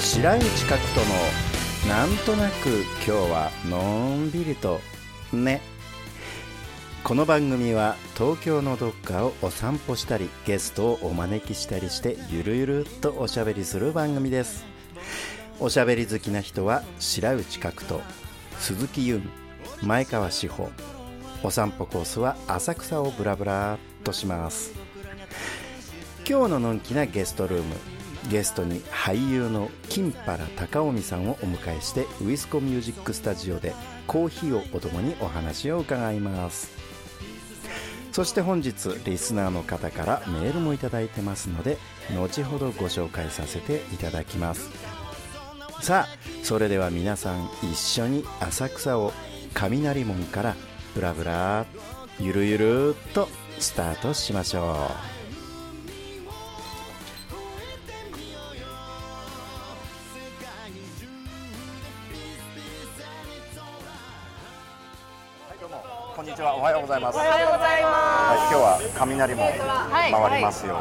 白内角とのなんとなく今日はのんびりとねこの番組は東京のどっかをお散歩したりゲストをお招きしたりしてゆるゆるっとおしゃべりする番組ですおしゃべり好きな人は白内角と鈴木優前川志保お散歩コースは浅草をブラブラっとします今日ののんきなゲストルームゲストに俳優の金原貴臣さんをお迎えしてウィスコミュージックスタジオでコーヒーをお供にお話を伺いますそして本日リスナーの方からメールもいただいてますので後ほどご紹介させていただきますさあそれでは皆さん一緒に浅草を雷門からブラブラゆるゆるっとスタートしましょうはいどうもこんにちはおはようございます。おはい、はようございま今日は雷門い回りますよ。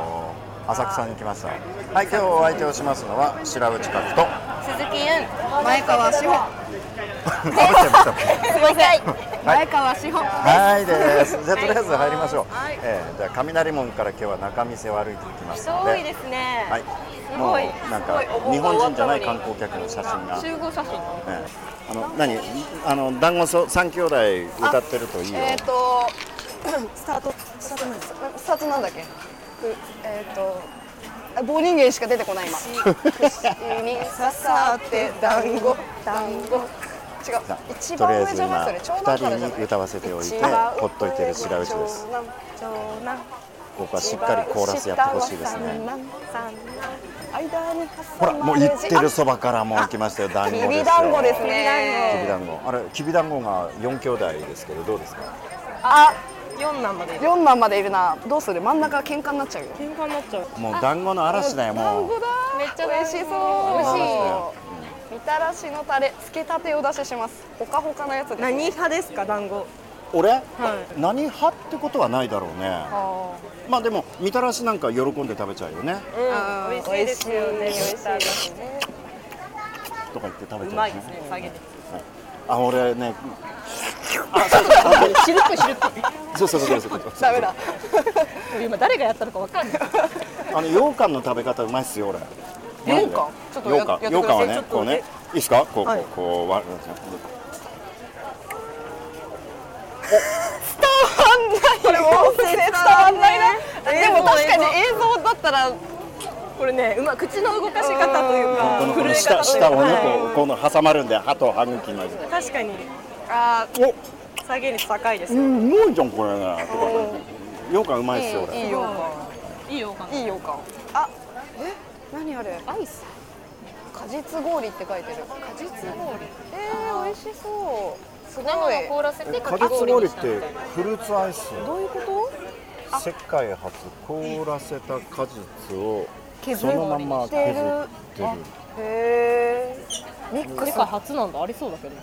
浅草に来ました。はい、今日お相手をしますのは白内角と。す。鈴木ゆん、前川志保。すごい前川志保。はいです。じゃあとりあえず入りましょう。はいえーじゃあ雷門から今日は中見世を歩いていきます人の多いでで。すね。はい。すもごい。うなんすごかい日本人じゃない観光客の写真が。集合写真。えーあの何あの団子そ三兄弟歌ってるといいよ。えっ、と スタートスタートなんですかスタートなんだっけうえっ、とあ棒人間しか出てこない今 に刺さって団子団子違うさあ一とりあえ番上ずじゃないそれ長今二男からじゃ人なにい歌わせておいて一番ほっといてる白内です。長男長男僕はしっかりコーラスやってほしいですね。一番三男三男間にほら、もう言ってるきそばからもう来ましたよ、団子ですよ。び団子ですきびね団子。あれ、きび団子が四兄弟ですけど、どうですか。あ四男までいる。四男までいるなどうする真ん中喧嘩になっちゃうよ喧嘩になっちゃう。もう団子の嵐だよ、もう。だめっちゃ美味し美味しそうそみたらしのタレつけたてを出ししますほかほかのやつです何派ですか団子？俺、何派ってことはないだろうね。あまあ、でも、みたらしなんか喜んで食べちゃうよね。うん美味しいですよね。美味しいですね。とか言って食べうちゃまういよですね。ね。下げて。あ、俺ね、 シルクシルク。そう そうそうそうそう。ーダメだ今誰がやったのかわかんない。あの羊羹の食べ方うまいっすよ俺。羊羹ちょっとや羊羹やってください羊羹はちねょっとこうねいいですかこうこはういこう割るんですよ。これも音声伝わんないな伝わんないねでも確かに映像だったらこれね、うま口の動かし方というこのか、このい下方という下をねか。こうこの挟まるんで歯と歯茎の。確かにあお下げ率高いですうよ。んうまいじゃんこれねとかね羊羹うまいっすよーいい俺いよいいよかな。いいよかあえ何あれアイス果実氷って書いてる果実氷えー、美味しそうすごい凍らせて果実氷ってフルーツアイスどういうこと世界初凍らせた果実を削そのまま削ってるへえミックス世界初なんだありそうだけど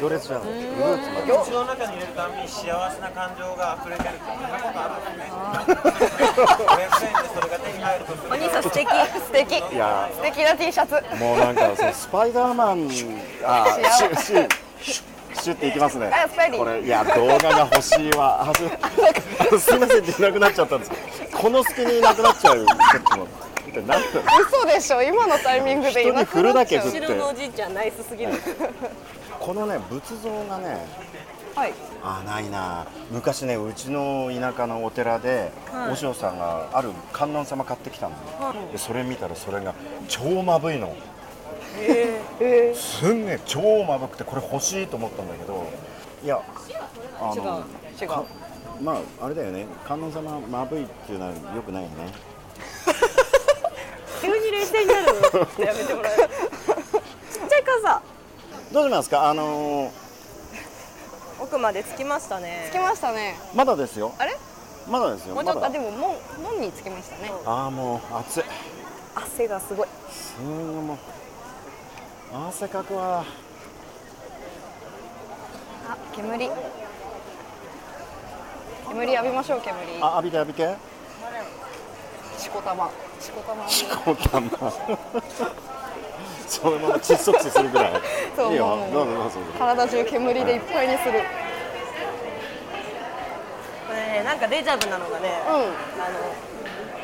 行列じゃんフルーツまで口の中に入れるたびに幸せな感情が溢れてるこんなことあるんですね500円でそれが手に入るとするとお兄さん素敵素敵いや素敵な T シャツーもうなんかさスパイダーマ ンあーシュシュシュっていきますねあスパイリーこれいや動画が欲しいわあす すいません出なくなっちゃったんですこの隙になくなっちゃうちょっと待ってなんだ嘘でしょ今のタイミン グでいなくなっちゃう人に振るだけ振る後ろのおじいちゃんナイスすぎるこのね仏像がねはいあないな昔ねうちの田舎のお寺で、お嬢さんがある観音様買ってきたんですよ、でそれ見たらそれが超まぶいのすんげえ超まぶくてこれ欲しいと思ったんだけどいやあの違うかまああれだよね観音様まぶいっていうのはよくないよね急に冷静になるのちょっとやめてもらえるちっちゃい傘どうしますかあのー奥まで着きましたつねきましたねまだですよあれまだですよもまうちょっとあだでも門門につきましたねああもう暑い汗がすごいすーごいもう汗かくわあ煙煙浴びましょう煙あ浴びて浴びてしこたまチコカマチコタマそのまま窒息死するぐらいそういいよもうどうぞどうぞ体中煙でいっぱいにするこれねなんかデジャブなのがね、うんあの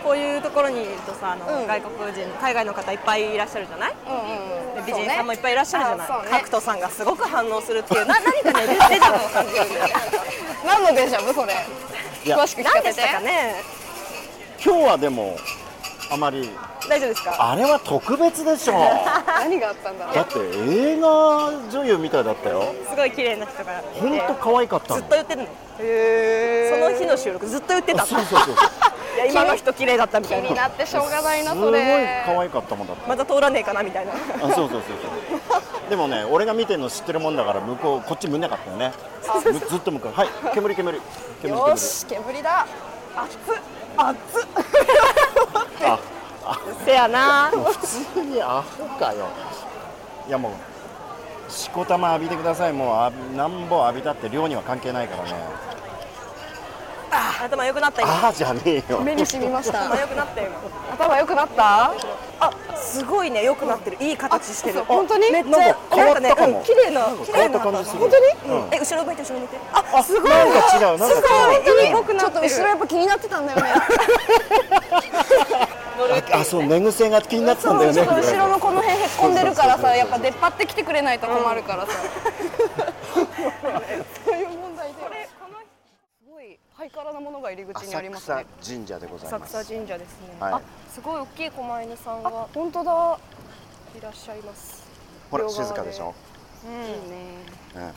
こういうところにいるとさあの、うん外国人海外の方いっぱいいらっしゃるじゃないうんうんで美人さんもいっぱいいらっしゃるじゃない、そうねあそうね角斗さんがすごく反応するっていうな何かねデジャブを感じるんだよね何のデジャブそれいや詳しく聞か何せでてしたかね今日はでもあまり大丈夫ですかあれは特別でしょだ何があったんだろ うって映画女優みたいだったよすごい綺麗な人がいて本当可愛かったずっのと言ってるのその日の収録ずっと言ってたんだそうそうそうそう いや今の人綺麗だったみたい気にななってしょうがないなすごそいれ可愛かったもんだってまた通らねえかなみたいなあそうそうそうそうでもね俺が見てるの知ってるもんだから向こうこっち見なかったよねむずっと向こうはい煙煙煙煙よし煙だ熱っ熱っあせやな普通にアホかよいやもうしこたま浴びてくださいもうあなんぼ浴びたって量には関係ないからね頭良くなった今ああじゃねえよ目に染みました頭良くなったよ今頭良くなったあすごいね良くなってるいい形してる本当にめっちゃ変わったかもなんねうん綺麗な綺麗変わなった感じする本当に、うんえ後ろ向いて後ろ向いてああすごいなんか違うなんか違ういいちょっと後ろやっぱ気になってたんだよねああそう寝癖が気になってたんだよねそうちょっと後ろのこの辺へっこんでるからそうそうそうそさうやっぱ出っ張ってきてくれないと困るからさそういう問題でこれこのすごいハイカラなものが入り口にありますね浅草神社でござい浅ます草神社ですねはいあすごい大きい狛犬さんが本当だいらっしゃいますほら両静側でかでしょ、いいねうん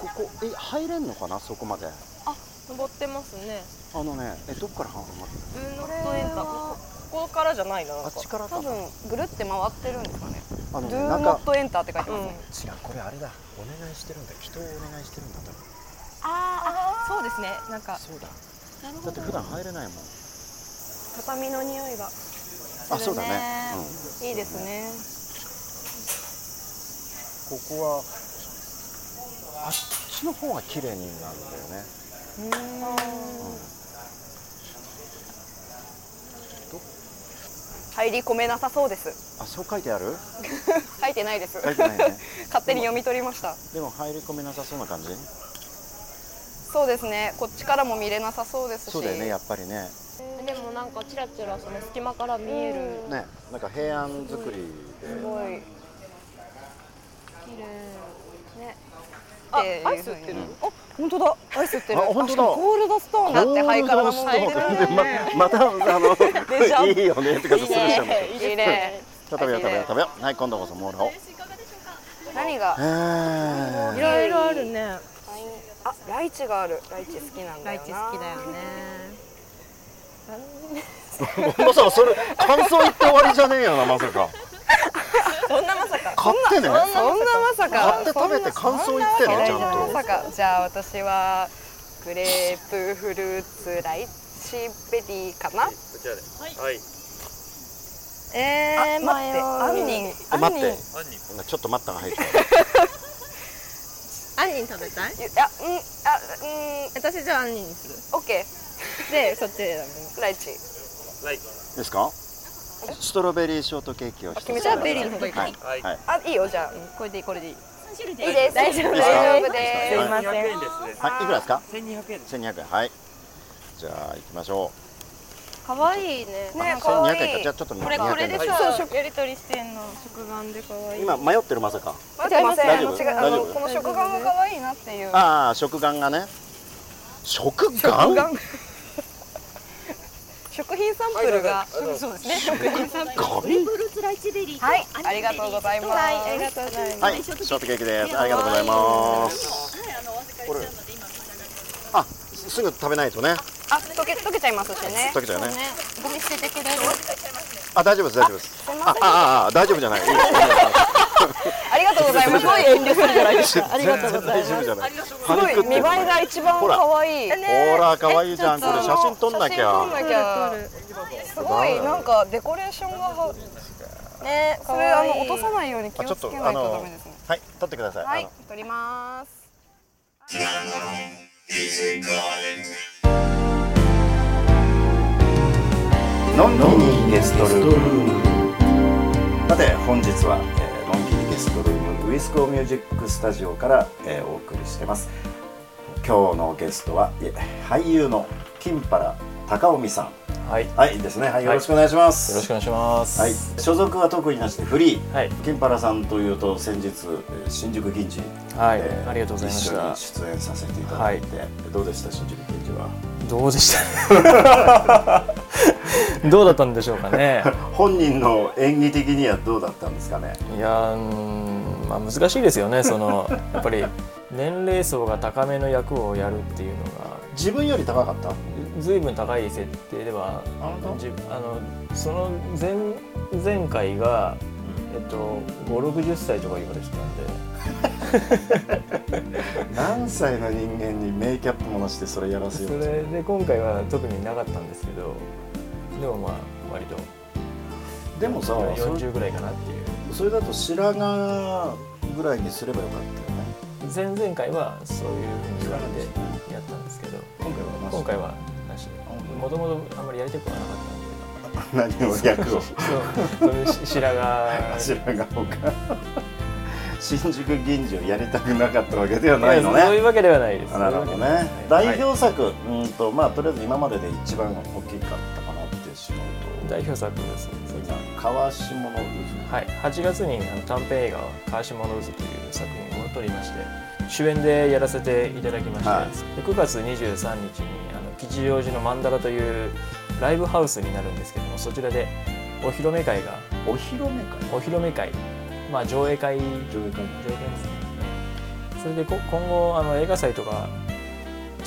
ここえ入れんのかなそこまで登ってますねあのねえどっから始まるうんノットエンタここからじゃないななんあかっちからか多分ぐるって回ってるんですかねあの Do ねなんか not enter って書いてます違ねうこれあれだお願いしてるんだ人をお願いしてるんだ多分ああそうですねなんかそうだだって普段入れないもんあ畳の匂いがそうだね、いいですねうん、ここはあっちの方が綺麗になるんだよね入り込めなさそうですあそう書いてある書いてないです書いてないね 勝手に読み取りましたでも入り込めなさそうな感じそうですねこっちからも見れなさそうですしそうだよねやっぱりねでもなんかチラチラその隙間から見えるねなんか平安作りすでごい綺麗ねあアイス売ってるあ本当だアイス売ってるあ本当だしかもゴールドストーンだってハイカラなもの入ってるそうそうそうままたあ の いいよねってことするじゃん綺麗食べよう食べよう食べようはい今度こそモールを何がへいえろいろあるねあライチがあるライチ好きなんだよなよねまさかそれ感想言って終わりじゃねえよなまさか そんなまさか買ってねそんなま買さかって食べて感想言ってねちゃんそんなまとさかじゃあ私はグレープフルーツライチベリーかなえー、待待っっててアンニンえ待ってちょっと待ったが入ってき杏仁食べたいいやうんあ私じゃあ杏仁にすうんオッケるでそっち選ーライチたですかストロベリーショートケーキを一つ決めじたゃあベリーの方がいいか、はいはいはいあいいよじゃあうんこれでいいこれでいいいいです大丈夫大丈夫ですすいません1200円ですねはいいくらですか千二百円です千二百円はいじゃあ行きましょ可愛いいねうねあ可愛い1200円かじゃあちょっとここれでさやりとりしてんの食玩で可愛今迷ってるまさか待ってませんあ大丈の夫違うあ大丈の夫この食感も可愛いなっていうああ食玩がね食玩食品サンプルがゴミはいありがとうございますはいありがとうございますはい、ショートケーキです。ありがとうございます。これ、あ、すぐ食べないとね、あ溶け溶けちゃいますしね溶けちゃうね。ゴミ捨ててくれるあ、大丈夫です、大丈夫です。あ、あ、ああ、大丈夫じゃない。いいです ありがとうございますすごい遠慮するじゃないですか全然大丈夫じゃない。すごい見栄えい。が一番可愛いほら、可愛いじゃん、これ写真撮んなき撮んなゃ。きゃすごいなんかデコレーションがはねそれあの落とさないように気あ、ちょをっつとけ、あないとダのメですね、はい、撮ってください。はあいの撮りますのんのんびりゲストルームさて本日は、えーのんびりゲストルームウィスコーミュージックスタジオから、えーお送りしてます今日のゲストはえ俳優の金原高臣さはい。よんはいですねはいよろしくお願いします、ろしくお願いします。はい、所属は特になしでフリー、はい金原さんというと先日えー新宿銀次、はいえーありがとうございました一緒に出演させていただいて、どうでした新宿銀次はどうで した。どうだったんでしょうかね。本人の演技的にはどうだったんですかねいやー、うーんまあ難しいですよね。そのやっぱり年齢層が高めの役をやるっていうのが自分より高かったずいぶん高い設定では本当じあのその前前回が、えっと、560歳とか言われてたんで何歳の人間にメイキャップもなしてそれやらせよそうとれで今回は特になかったんですけどでもまあ割とでもさそれ40ぐらいかなっていうそれだと白髪ぐらいにすればよかったよね前々回はそういうふうに言わ白れ髪ですねてやったんですけど今回はなし今回はなしで本当にもともとあんまりやりたくはなかっ 何を役をたんでそうそういうし白髪白髪が他 新宿銀次をやりたくなかったわけではないやのそういうねわけではないですあなるほどねはい代表作、うんとまあとりあえず今までで一番大きかったかなってしまうと代表作ですねそれが川下の渦はい、8月にあの短編映画「川島の渦」という作品を撮りまして主演でやらせていただきまして、はで9月23日にあの吉祥寺の曼荼羅というライブハウスになるんですけどもそちらでお披露目会がお披露目 会お披露目会、まあ、上映会上映上映会会ですねそれでこ今後あの映画祭とか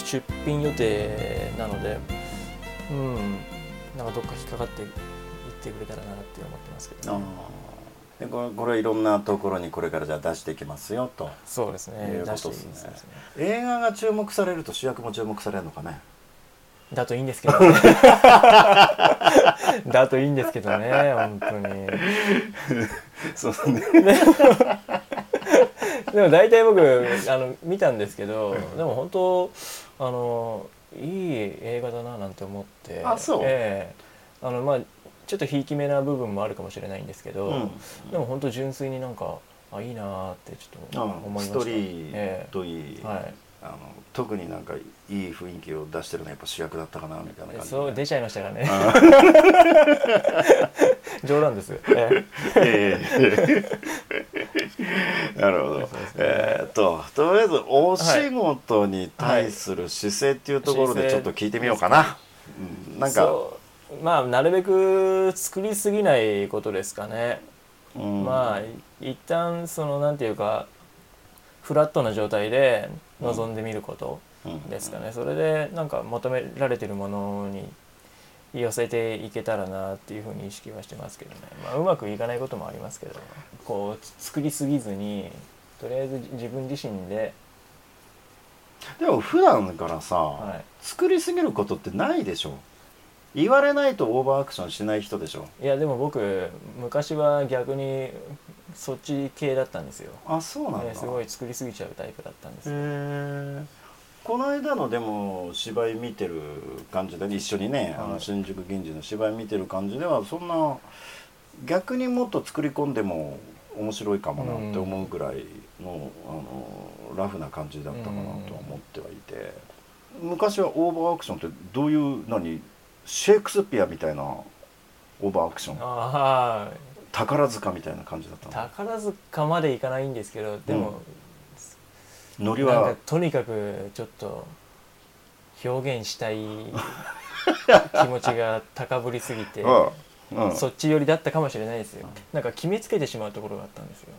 出品予定なのでうんなんかどっか引っかかっていってくれたらなって思ってますけど、あーでこれこれいろんなところにこれからじゃあ出していきますよとそうでいすねうことです出してねいいですね映画が注目されると主役も注目されるのかねだといいんですけどね だといいんですけどね本当にそうねでも大体僕あの見たんですけどでも本当あのいい映画だななんて思ってあそうええあのまあちょっとひいき目な部分もあるかもしれないんですけど、うでも本当純粋になんかあいいなーってちょっと思いまスしたトーリーえといい、えはいあの特になんかいい雰囲気を出してるのはやっぱ主役だったかなみたいな感じそう出ちゃいましたからね 冗談です、ええええ なるほど、えーっととりあえずお仕事に対する姿勢っていうところでちょっと聞いてみようかな、うん、なんかそうまあなるべく作りすぎないことですかね、うんまあい一旦そのなんていうかフラットな状態で臨んでみることうんですかね、それでなんか求められてるものに寄せていけたらなっていうふうに意識はしてますけどね、まあ、うまくいかないこともありますけどこうつ作りすぎずにとりあえず自分自身で、でも普段からさ、は作りすぎることってないでしょ言われないとオーバーアクションしない人でしょい、いやでも僕昔は逆にそっち系だったんですよあそうなんだ、ね、すごい作りすぎちゃうタイプだったんですよ、へえこの間のでも芝居見てる感じで一緒にね、あはのい新宿銀次の芝居見てる感じではそんな逆にもっと作り込んでも面白いかもなって思うぐらいの,、あのラフな感じだったかなとは思ってはいて、昔はオーバーアクションってどういう何シェイクスピアみたいなオーバーアクションあ宝塚みたいな感じだっあた宝塚までいかないんですけどでも、のノリなんはかとにかくちょっと表現 したい気持ちが高ぶりすぎて、うんうんそっち寄りだったかもしれないですよ、なんか決めつけてしまうところがあったんですよ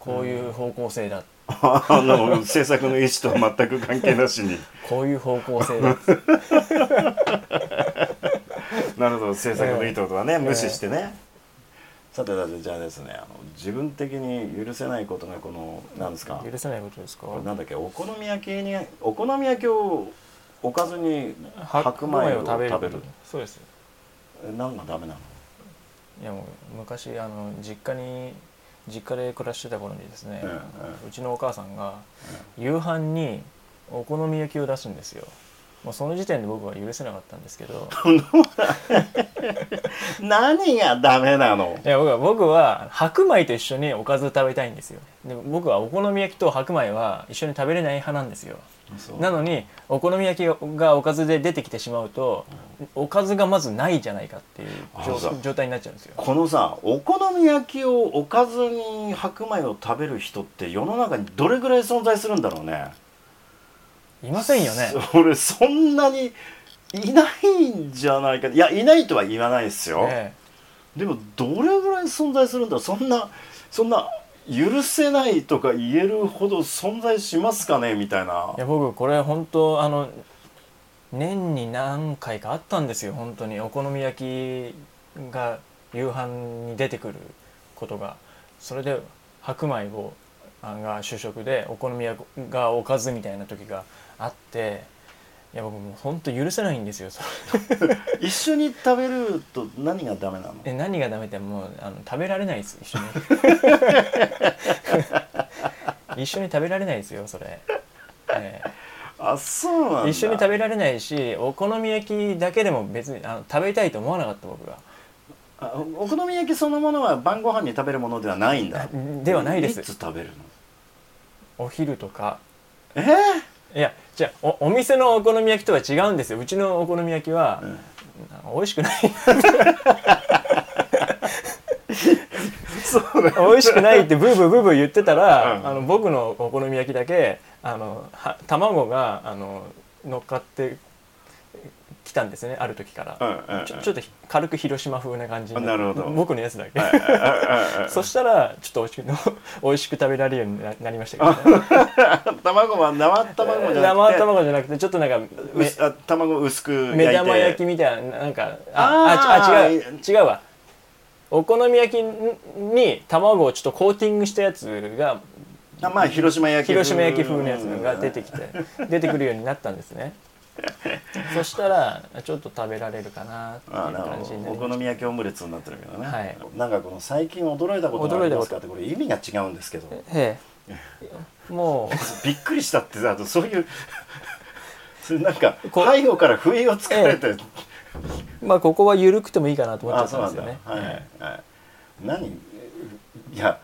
こういう方向性だ、あの制作の意思とは全く関係なしにこういう方向性だなるほど制作の意図とはね、無視してね、さてさてじゃあですねあの自分的に許せないことがこのなんですか許せないことですかこれなんだっけお好み焼きにお好み焼きをおかずに白白米米をを食食べべるるそうですえ何がダメなのいやもう昔あの実家に実家で暮らしてた頃にですね、うんうんうちのお母さんが夕飯にお好み焼きを出すんですよもうその時点で僕は許せなかったんです けど何がダメなのいや僕は僕は白米と一緒におかず食べたいんですよで僕はお好み焼きと白米は一緒に食べれない派なんですよなのにお好み焼きがおかずで出てきてしまうとおかずがまずないじゃないかっていうあそう状状態になっちゃうんですよこのさお好み焼きをおかずに白米を食べる人って世の中にどれぐらい存在するんだろうねいませんよね俺そんなにいないんじゃないかいやいないとは言わないですよ、えでもどれぐらい存在するんだろうそんなそんな許せないとか言えるほど存在しますかねみたいなえいや僕これ本当あの年に何回かあったんですよ本当にお好み焼きが夕飯に出てくることがそれで白米をあが主食でお好み焼きがおかずみたいな時があっていや僕もう本当許せないんですよそれ 一緒に食べると何がダメなのえ何がダメってもうあの食べられないです一緒に 一緒に食べられないですよそれ、えあそうなんえだ一緒に食べられないしお好み焼きだけでも別にあの食べたいと思わなかった僕があおお好み焼きそのものは晩ご飯に食べるものではないんだではないでいつす食べるのお昼とかえいやじゃあおお店のお好み焼きとは違うんですようちのお好み焼きは、あの美味しくないー、そうだ美味しくないってブーブーブーブー言ってたら、うんあの僕のお好み焼きだけあのは卵があの乗っかってきたんですねある時から、うんうんちょちょっとひ軽く広島風な感じになるほど僕のやつだけ、うん そしたらちょっと美味しく 美味しく食べられるようにななりましたけど、ね、卵は生卵じゃなくて生卵じゃなくてちょっとなんかめ薄あ卵薄く焼いて目玉焼きみたいななんかあーああちあ違う違うわお好み焼きに卵をちょっとコーティングしたやつがあまあ広島焼き風広島焼き風のやつが出てきて出てくるようになったんで すねそしたらちょっと食べられるかなっていうあなる感じになほどお好りましみ焼きオムレツになってるけどね、はいなんかこの最近驚いたことがありますか驚いたことってこれ意味が違うんですけどたええもびっくりしたってあとそういう それなんか背こ後から不意をつかれて、うまあここは緩くてもいいかなと思っちゃあっそうたなんんですだ、よねはいはい、何いや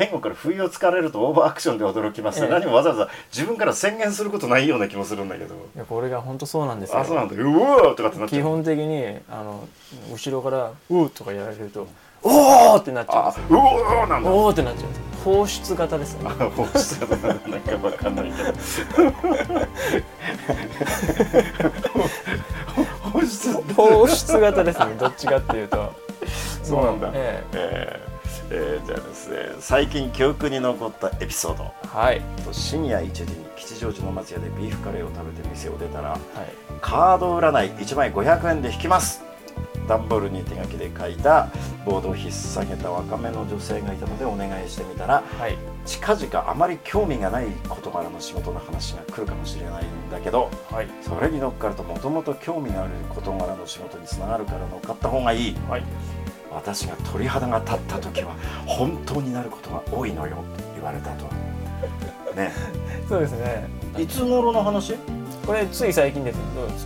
背後から不意をつかれるとオーバーアクションで驚きます、ええ何もわざわざ自分から宣言することないような気もするんだけどいやこれが本当そうなんですよあそうなんだうおーとかってなっちゃう基本的にあの後ろから「うー」とかやられると「おお!」ってなっちゃうんあですようおーなんだおおってなっちゃうんです放出型ですねあ放出だななんかわかんないけど放出放出型ですねどっちかっていうとそうなんだええーえーじゃあですね最近記憶に残ったエピソードえはい深夜1時に吉祥寺の松屋でビーフカレーを食べて店を出たらはいカード占い1枚500円で引きます段ボールに手書きで書いたボードを引っ提げた若めの女性がいたのでお願いしてみたらはい近々あまり興味がない事柄の仕事の話が来るかもしれないんだけどはいそれに乗っかるともともと興味のある事柄の仕事につながるから乗っかった方がいいはい私が鳥肌が立った時は本当になることが多いのよと言われたとねそうですねいつ頃の話いこれつい最近です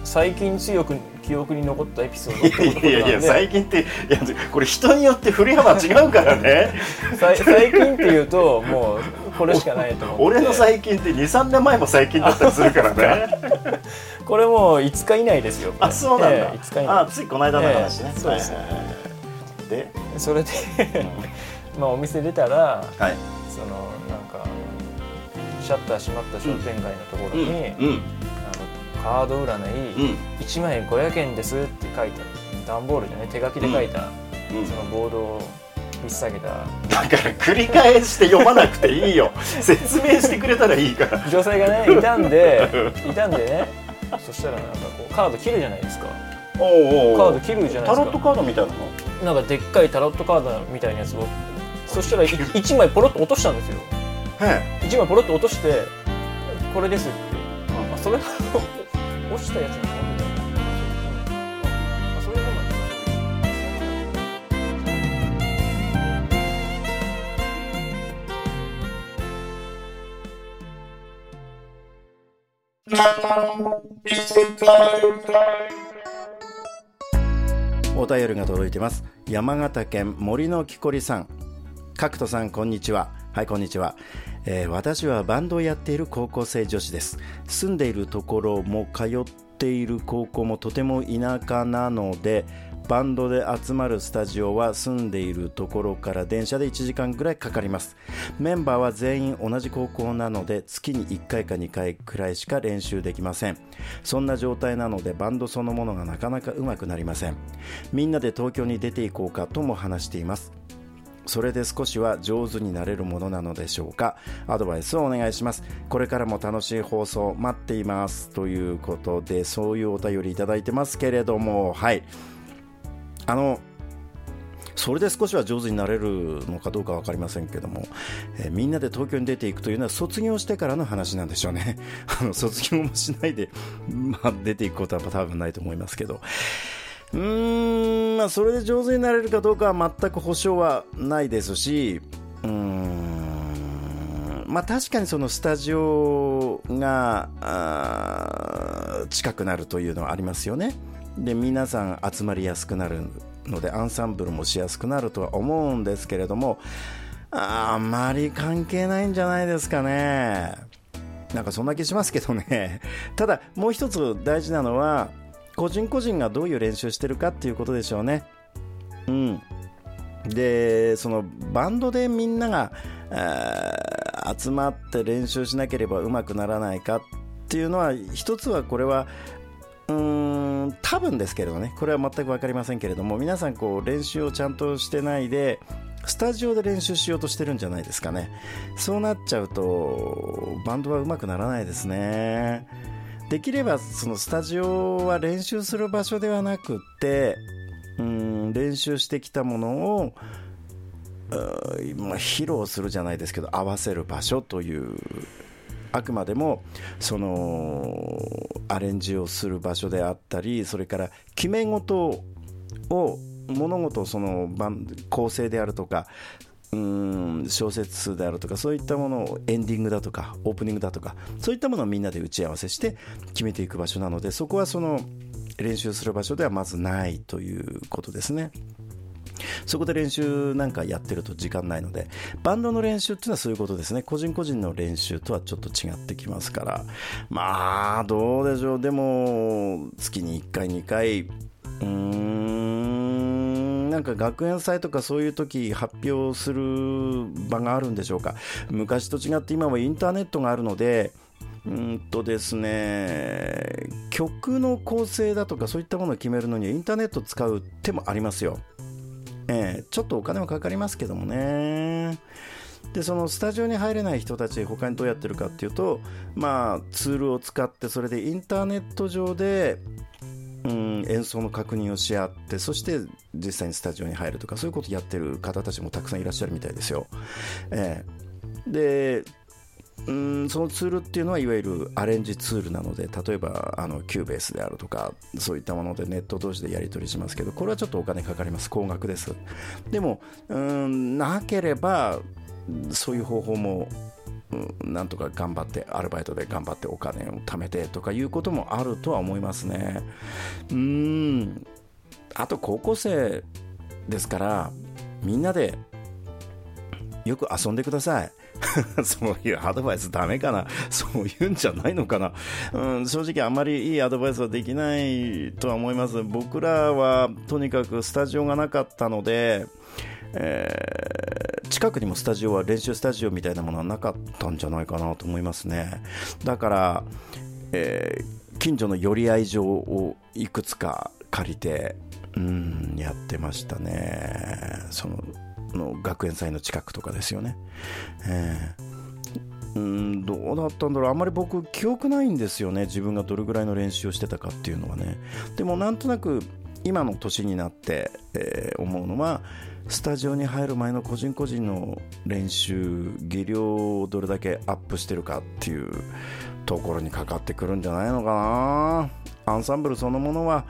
最近強く記憶に残ったエピソードってことなんでやいや最近っていやこれ人によって振り幅違 うからねさい最近っていうともうこれしかないと思って俺の最近って23年前も最近だったりするからねこれもう5日以内ですよあそうなんだ、ええ5日以あ内ついこの間の話ね、ええそうですねはいはいはいで、それでまあお店出たらはい、そのなんかシャッター閉まった商店街のところに、うんあのカード占い、うん1枚500円ですって書いてある段ボールでね手書きで書いた、うんそのボードを引っ提げただから繰り返して読まなくていい よ説明してくれたらいいから女性がねいたん でいたんでねそしたらなんかこうカード切るじゃないですかおうおうおうカード切るじゃないですかタロットカードみたいなのなんかでっかいタロットカードみたいなやつをそしたら1枚ポロッと落としたんですよへ1枚ポロッと落としてこれですって、あそれが落ちたやつなのみたいなあそれがまあお便りが届いてます山形県森の木こりさん角人さんこんにちははいこんにちは、えー私はバンドをやっている高校生女子です住んでいるところも通っている高校もとても田舎なのでバンドで集まるスタジオは住んでいるところから電車で1時間ぐらいかかりますメンバーは全員同じ高校なので月に1回か2回くらいしか練習できませんそんな状態なのでバンドそのものがなかなかうまくなりませんみんなで東京に出ていこうかとも話していますそれで少しは上手になれるものなのでしょうかアドバイスをお願いしますこれからも楽しい放送待っていますということでそういうお便りいただいてますけれどもはいあのそれで少しは上手になれるのかどうか分かりませんけども、えーみんなで東京に出ていくというのは卒業してからの話なんでしょうね あの卒業もしないで、まあ、出ていくことは多分ないと思いますけどうーん、まあ、それで上手になれるかどうかは全く保証はないですし、うーん、まあ確かにそのスタジオがあー近くなるというのはありますよね。で、皆さん集まりやすくなるので、アンサンブルもしやすくなるとは思うんですけれども、あーあまり関係ないんじゃないですかね。なんかそんな気しますけどね。 ただ、もう一つ大事なのは、個人個人がどういう練習してるかっていうことでしょうね。うん。で、そのバンドでみんなが、あー集まって練習しなければ上手くならないかっていうのは、一つはこれは、うーん多分ですけれどねこれは全く分かりませんけれども皆さんこう練習をちゃんとしてないでスタジオで練習しようとしてるんじゃないですかねそうなっちゃうとバンドは上手くならないですねできればそのスタジオは練習する場所ではなくってうーん練習してきたものをうーまあ披露するじゃないですけど合わせる場所というあくまでもそのアレンジをする場所であったりそれから決め事を物事をその番構成であるとかうーん小説数であるとかそういったものをエンディングだとかオープニングだとかそういったものをみんなで打ち合わせして決めていく場所なのでそこはその練習する場所ではまずないということですね。そこで練習なんかやってると時間ないので、バンドの練習っていうのはそういうことですね。個人個人の練習とはちょっと違ってきますから。まあ、どうでしょう。でも、月に1回、2回、うーん、なんか学園祭とかそういう時発表する場があるんでしょうか。昔と違って今はインターネットがあるので、うーんとですね、曲の構成だとかそういったものを決めるのにはインターネットを使う手もありますよ。ええちょっとお金はかかりますけどもね。で、そのスタジオに入れない人たち、他にどうやってるかっていうと、まあ、ツールを使って、それでインターネット上で、うん、演奏の確認をし合って、そして実際にスタジオに入るとか、そういうことやってる方たちもたくさんいらっしゃるみたいですよ。ええで、うんそのツールっていうのはいわゆるアレンジツールなので例えばあのキューベースであるとかそういったものでネット同士でやり取りしますけどこれはちょっとお金かかります高額ですでもうんなければそういう方法もうんなんとか頑張ってアルバイトで頑張ってお金を貯めてとかいうこともあるとは思いますねうんあと高校生ですからみんなでよく遊んでください そういうアドバイスダメかな そういうんじゃないのかな、うん、正直あんまりいいアドバイスはできないとは思います僕らはとにかくスタジオがなかったので、えー近くにもスタジオは練習スタジオみたいなものはなかったんじゃないかなと思いますねだから、えー近所の寄り合い場をいくつか借りてうんやってましたねそのの学園祭の近くとかですよねええうんどうだったんだろうあんまり僕記憶ないんですよね自分がどれぐらいの練習をしてたかっていうのはねでもなんとなく今の年になって、えー思うのはスタジオに入る前の個人個人の練習技量をどれだけアップしてるかっていうところにかかってくるんじゃないのかなアンサンブルそのものは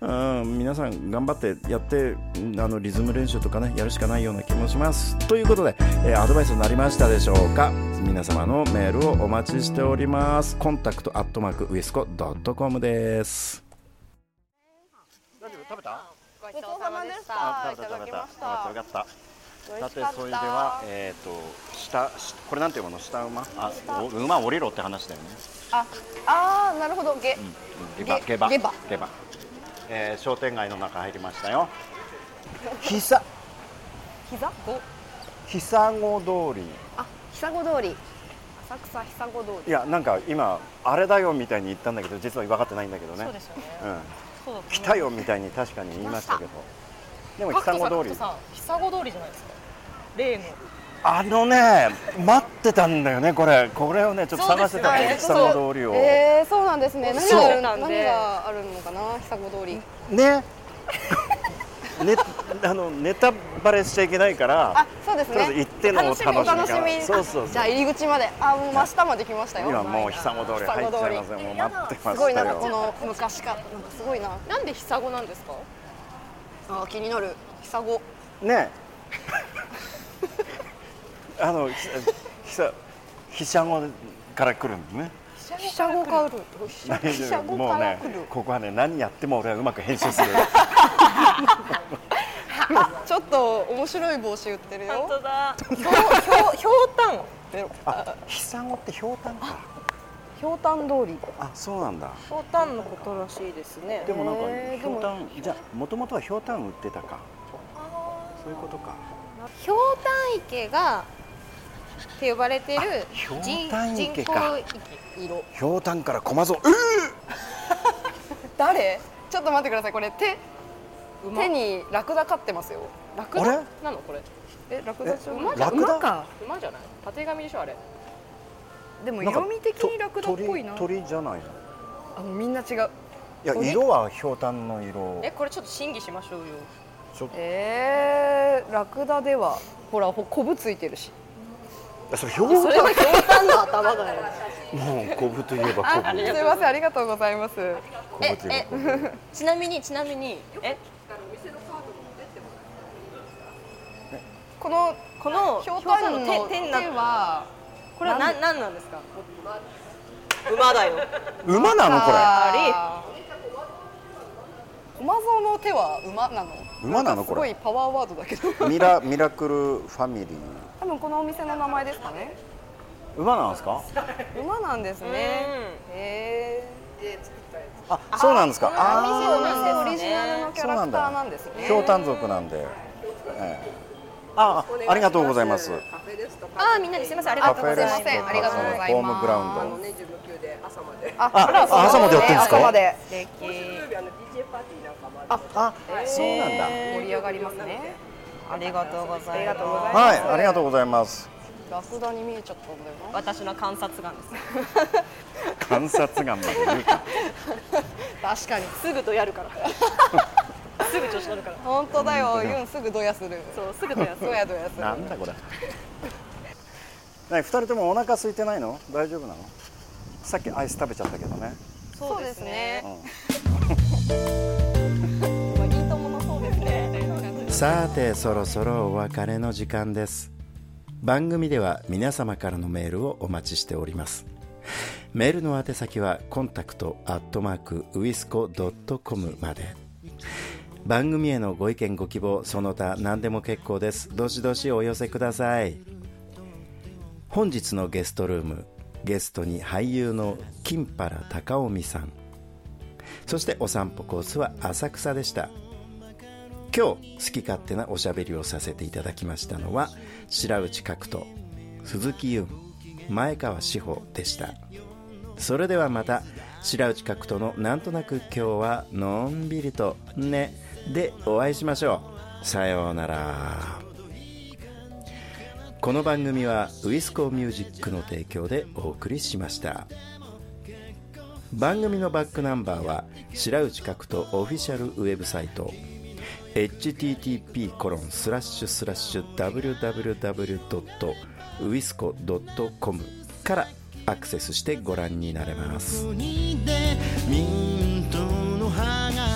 うん皆さん頑張ってやってうんあのリズム練習とかねやるしかないような気もしますということで、えーアドバイスになりましたでしょうか皆様のメールをお待ちしておりますコンタクトアットマークウィスコドットコムです大丈夫食べたごちそうさまでしたあい食べたた食だべきたましたあよかったさてそれではえっ、と下しこれなんていうもの下馬あお馬降りろって話だよねああーなるほどゲ下馬げ下馬下馬下馬えー商店街の中入りましたよ久膝ご久郷通りあ久子通り浅草久子通りいやなんか今あれだよみたいに言ったんだけど実は分かってないんだけどねそうですよね。うんそうだと思う来たよみたいに確かに言いましたけどでも角田久さん角郷通り田さん久郷通りじゃないですか。例の。あのね待ってたんだよねこれこれをねちょっと探してたのそうです久よね郷通りをえー、そうなんですね何そうがあるなん何でがあるのかな久子通りねねあのネタバレしちゃいけないからあそうですとりあえず行ねってのお楽しみお楽しみがそうそうじそゃうあ入り口まであもう真下まで来ましたよ今もう久郷通り入っちゃいますよもう待ってますしごたいなんかこよの昔かなんかすごいななんで久子なんですか。あー気になる久子ね あのひひさひしゃごから来るんですね久子カウル久子もうからね来るここはね何やっても俺はうまく編集する ちょっと面白い帽子売ってる本よ当だ。ひょうひょうひょうたん。あひさごってひょうたんかひょうたん通りあそうなんだひょうたんのことらしいですねで。もなんかへーひょうたんじゃあもともとはひょうたん売ってたかそういうことかひょうたん池がって呼ばれてるひょう人たん池人か工色ひょうたんから駒蔵うっ誰ちょっと待ってくださいこれ手馬手にラクダ飼ってますよラクあダれなのこれ。えラクダちょ馬じゃラクダ馬か馬じゃない。縦紙でしょあれ。でもなんか色味的にラクダっぽいなと鳥鳥じゃないのあもうみんな違ういや鳥色はひょうたんの色えこれちょっと審議しましょうよ。ちょっえー、ラクダではほらほこぶついてるしとそれひょうたんひょうたんの頭だよもうコブといえばコあすいませんありがとうございますブコブといえばコブちなみにちなみにえこのこのひょうたんの手手手になはこれはなん何なんなんですか。馬だよ。馬なのこあー馬蔵の手は馬なの馬なのんかすこごれいパワーワードだけどれミラミラクルファミリー多分このお店の名前ですかね馬なんですか馬なんですねへあそうなんですかーあーお店オリジナルのキャラクターなんですねひょうたん族なんで、ええあありがとうございますあみんなですいませんありあがカとフうごェざレいますすスといませんありがとうございますかホームグラウンドあああ朝までやってんですか朝まで素敵。あそうなんだ盛り上がりますねありがとうございます。ありがとうございはいありがとうございますラクダに見えちゃったんだよな私の観察眼です。観察眼まで言うか確かにすぐとやる から。 すぐ調子乗るから。本当だよユンすぐドヤするそうすぐとや ドヤドヤするなんだこれね二人ともお腹空いてないの大丈夫なのさっきアイス食べちゃったけどねそうですねさてそろそろお別れの時間です番組では皆様からのメールをお待ちしておりますメールの宛先はコンタクトアットマークウィスコドットコムまで番組へのご意見ご希望その他何でも結構ですどしどしお寄せください本日のゲストルームゲストに俳優の金原貴臣さんそしてお散歩コースは浅草でした今日好き勝手なおしゃべりをさせていただきましたのは白内角人鈴木優前川志保でしたそれではまた白内角人のなんとなく今日はのんびりとねでお会いしましょうさようならこの番組はウィスコミュージックの提供でお送りしました番組のバックナンバーは白内角人オフィシャルウェブサイト http コロンスラッシュスラッシュ www.wisco.com からアクセスしてご覧になれます。ミントの葉が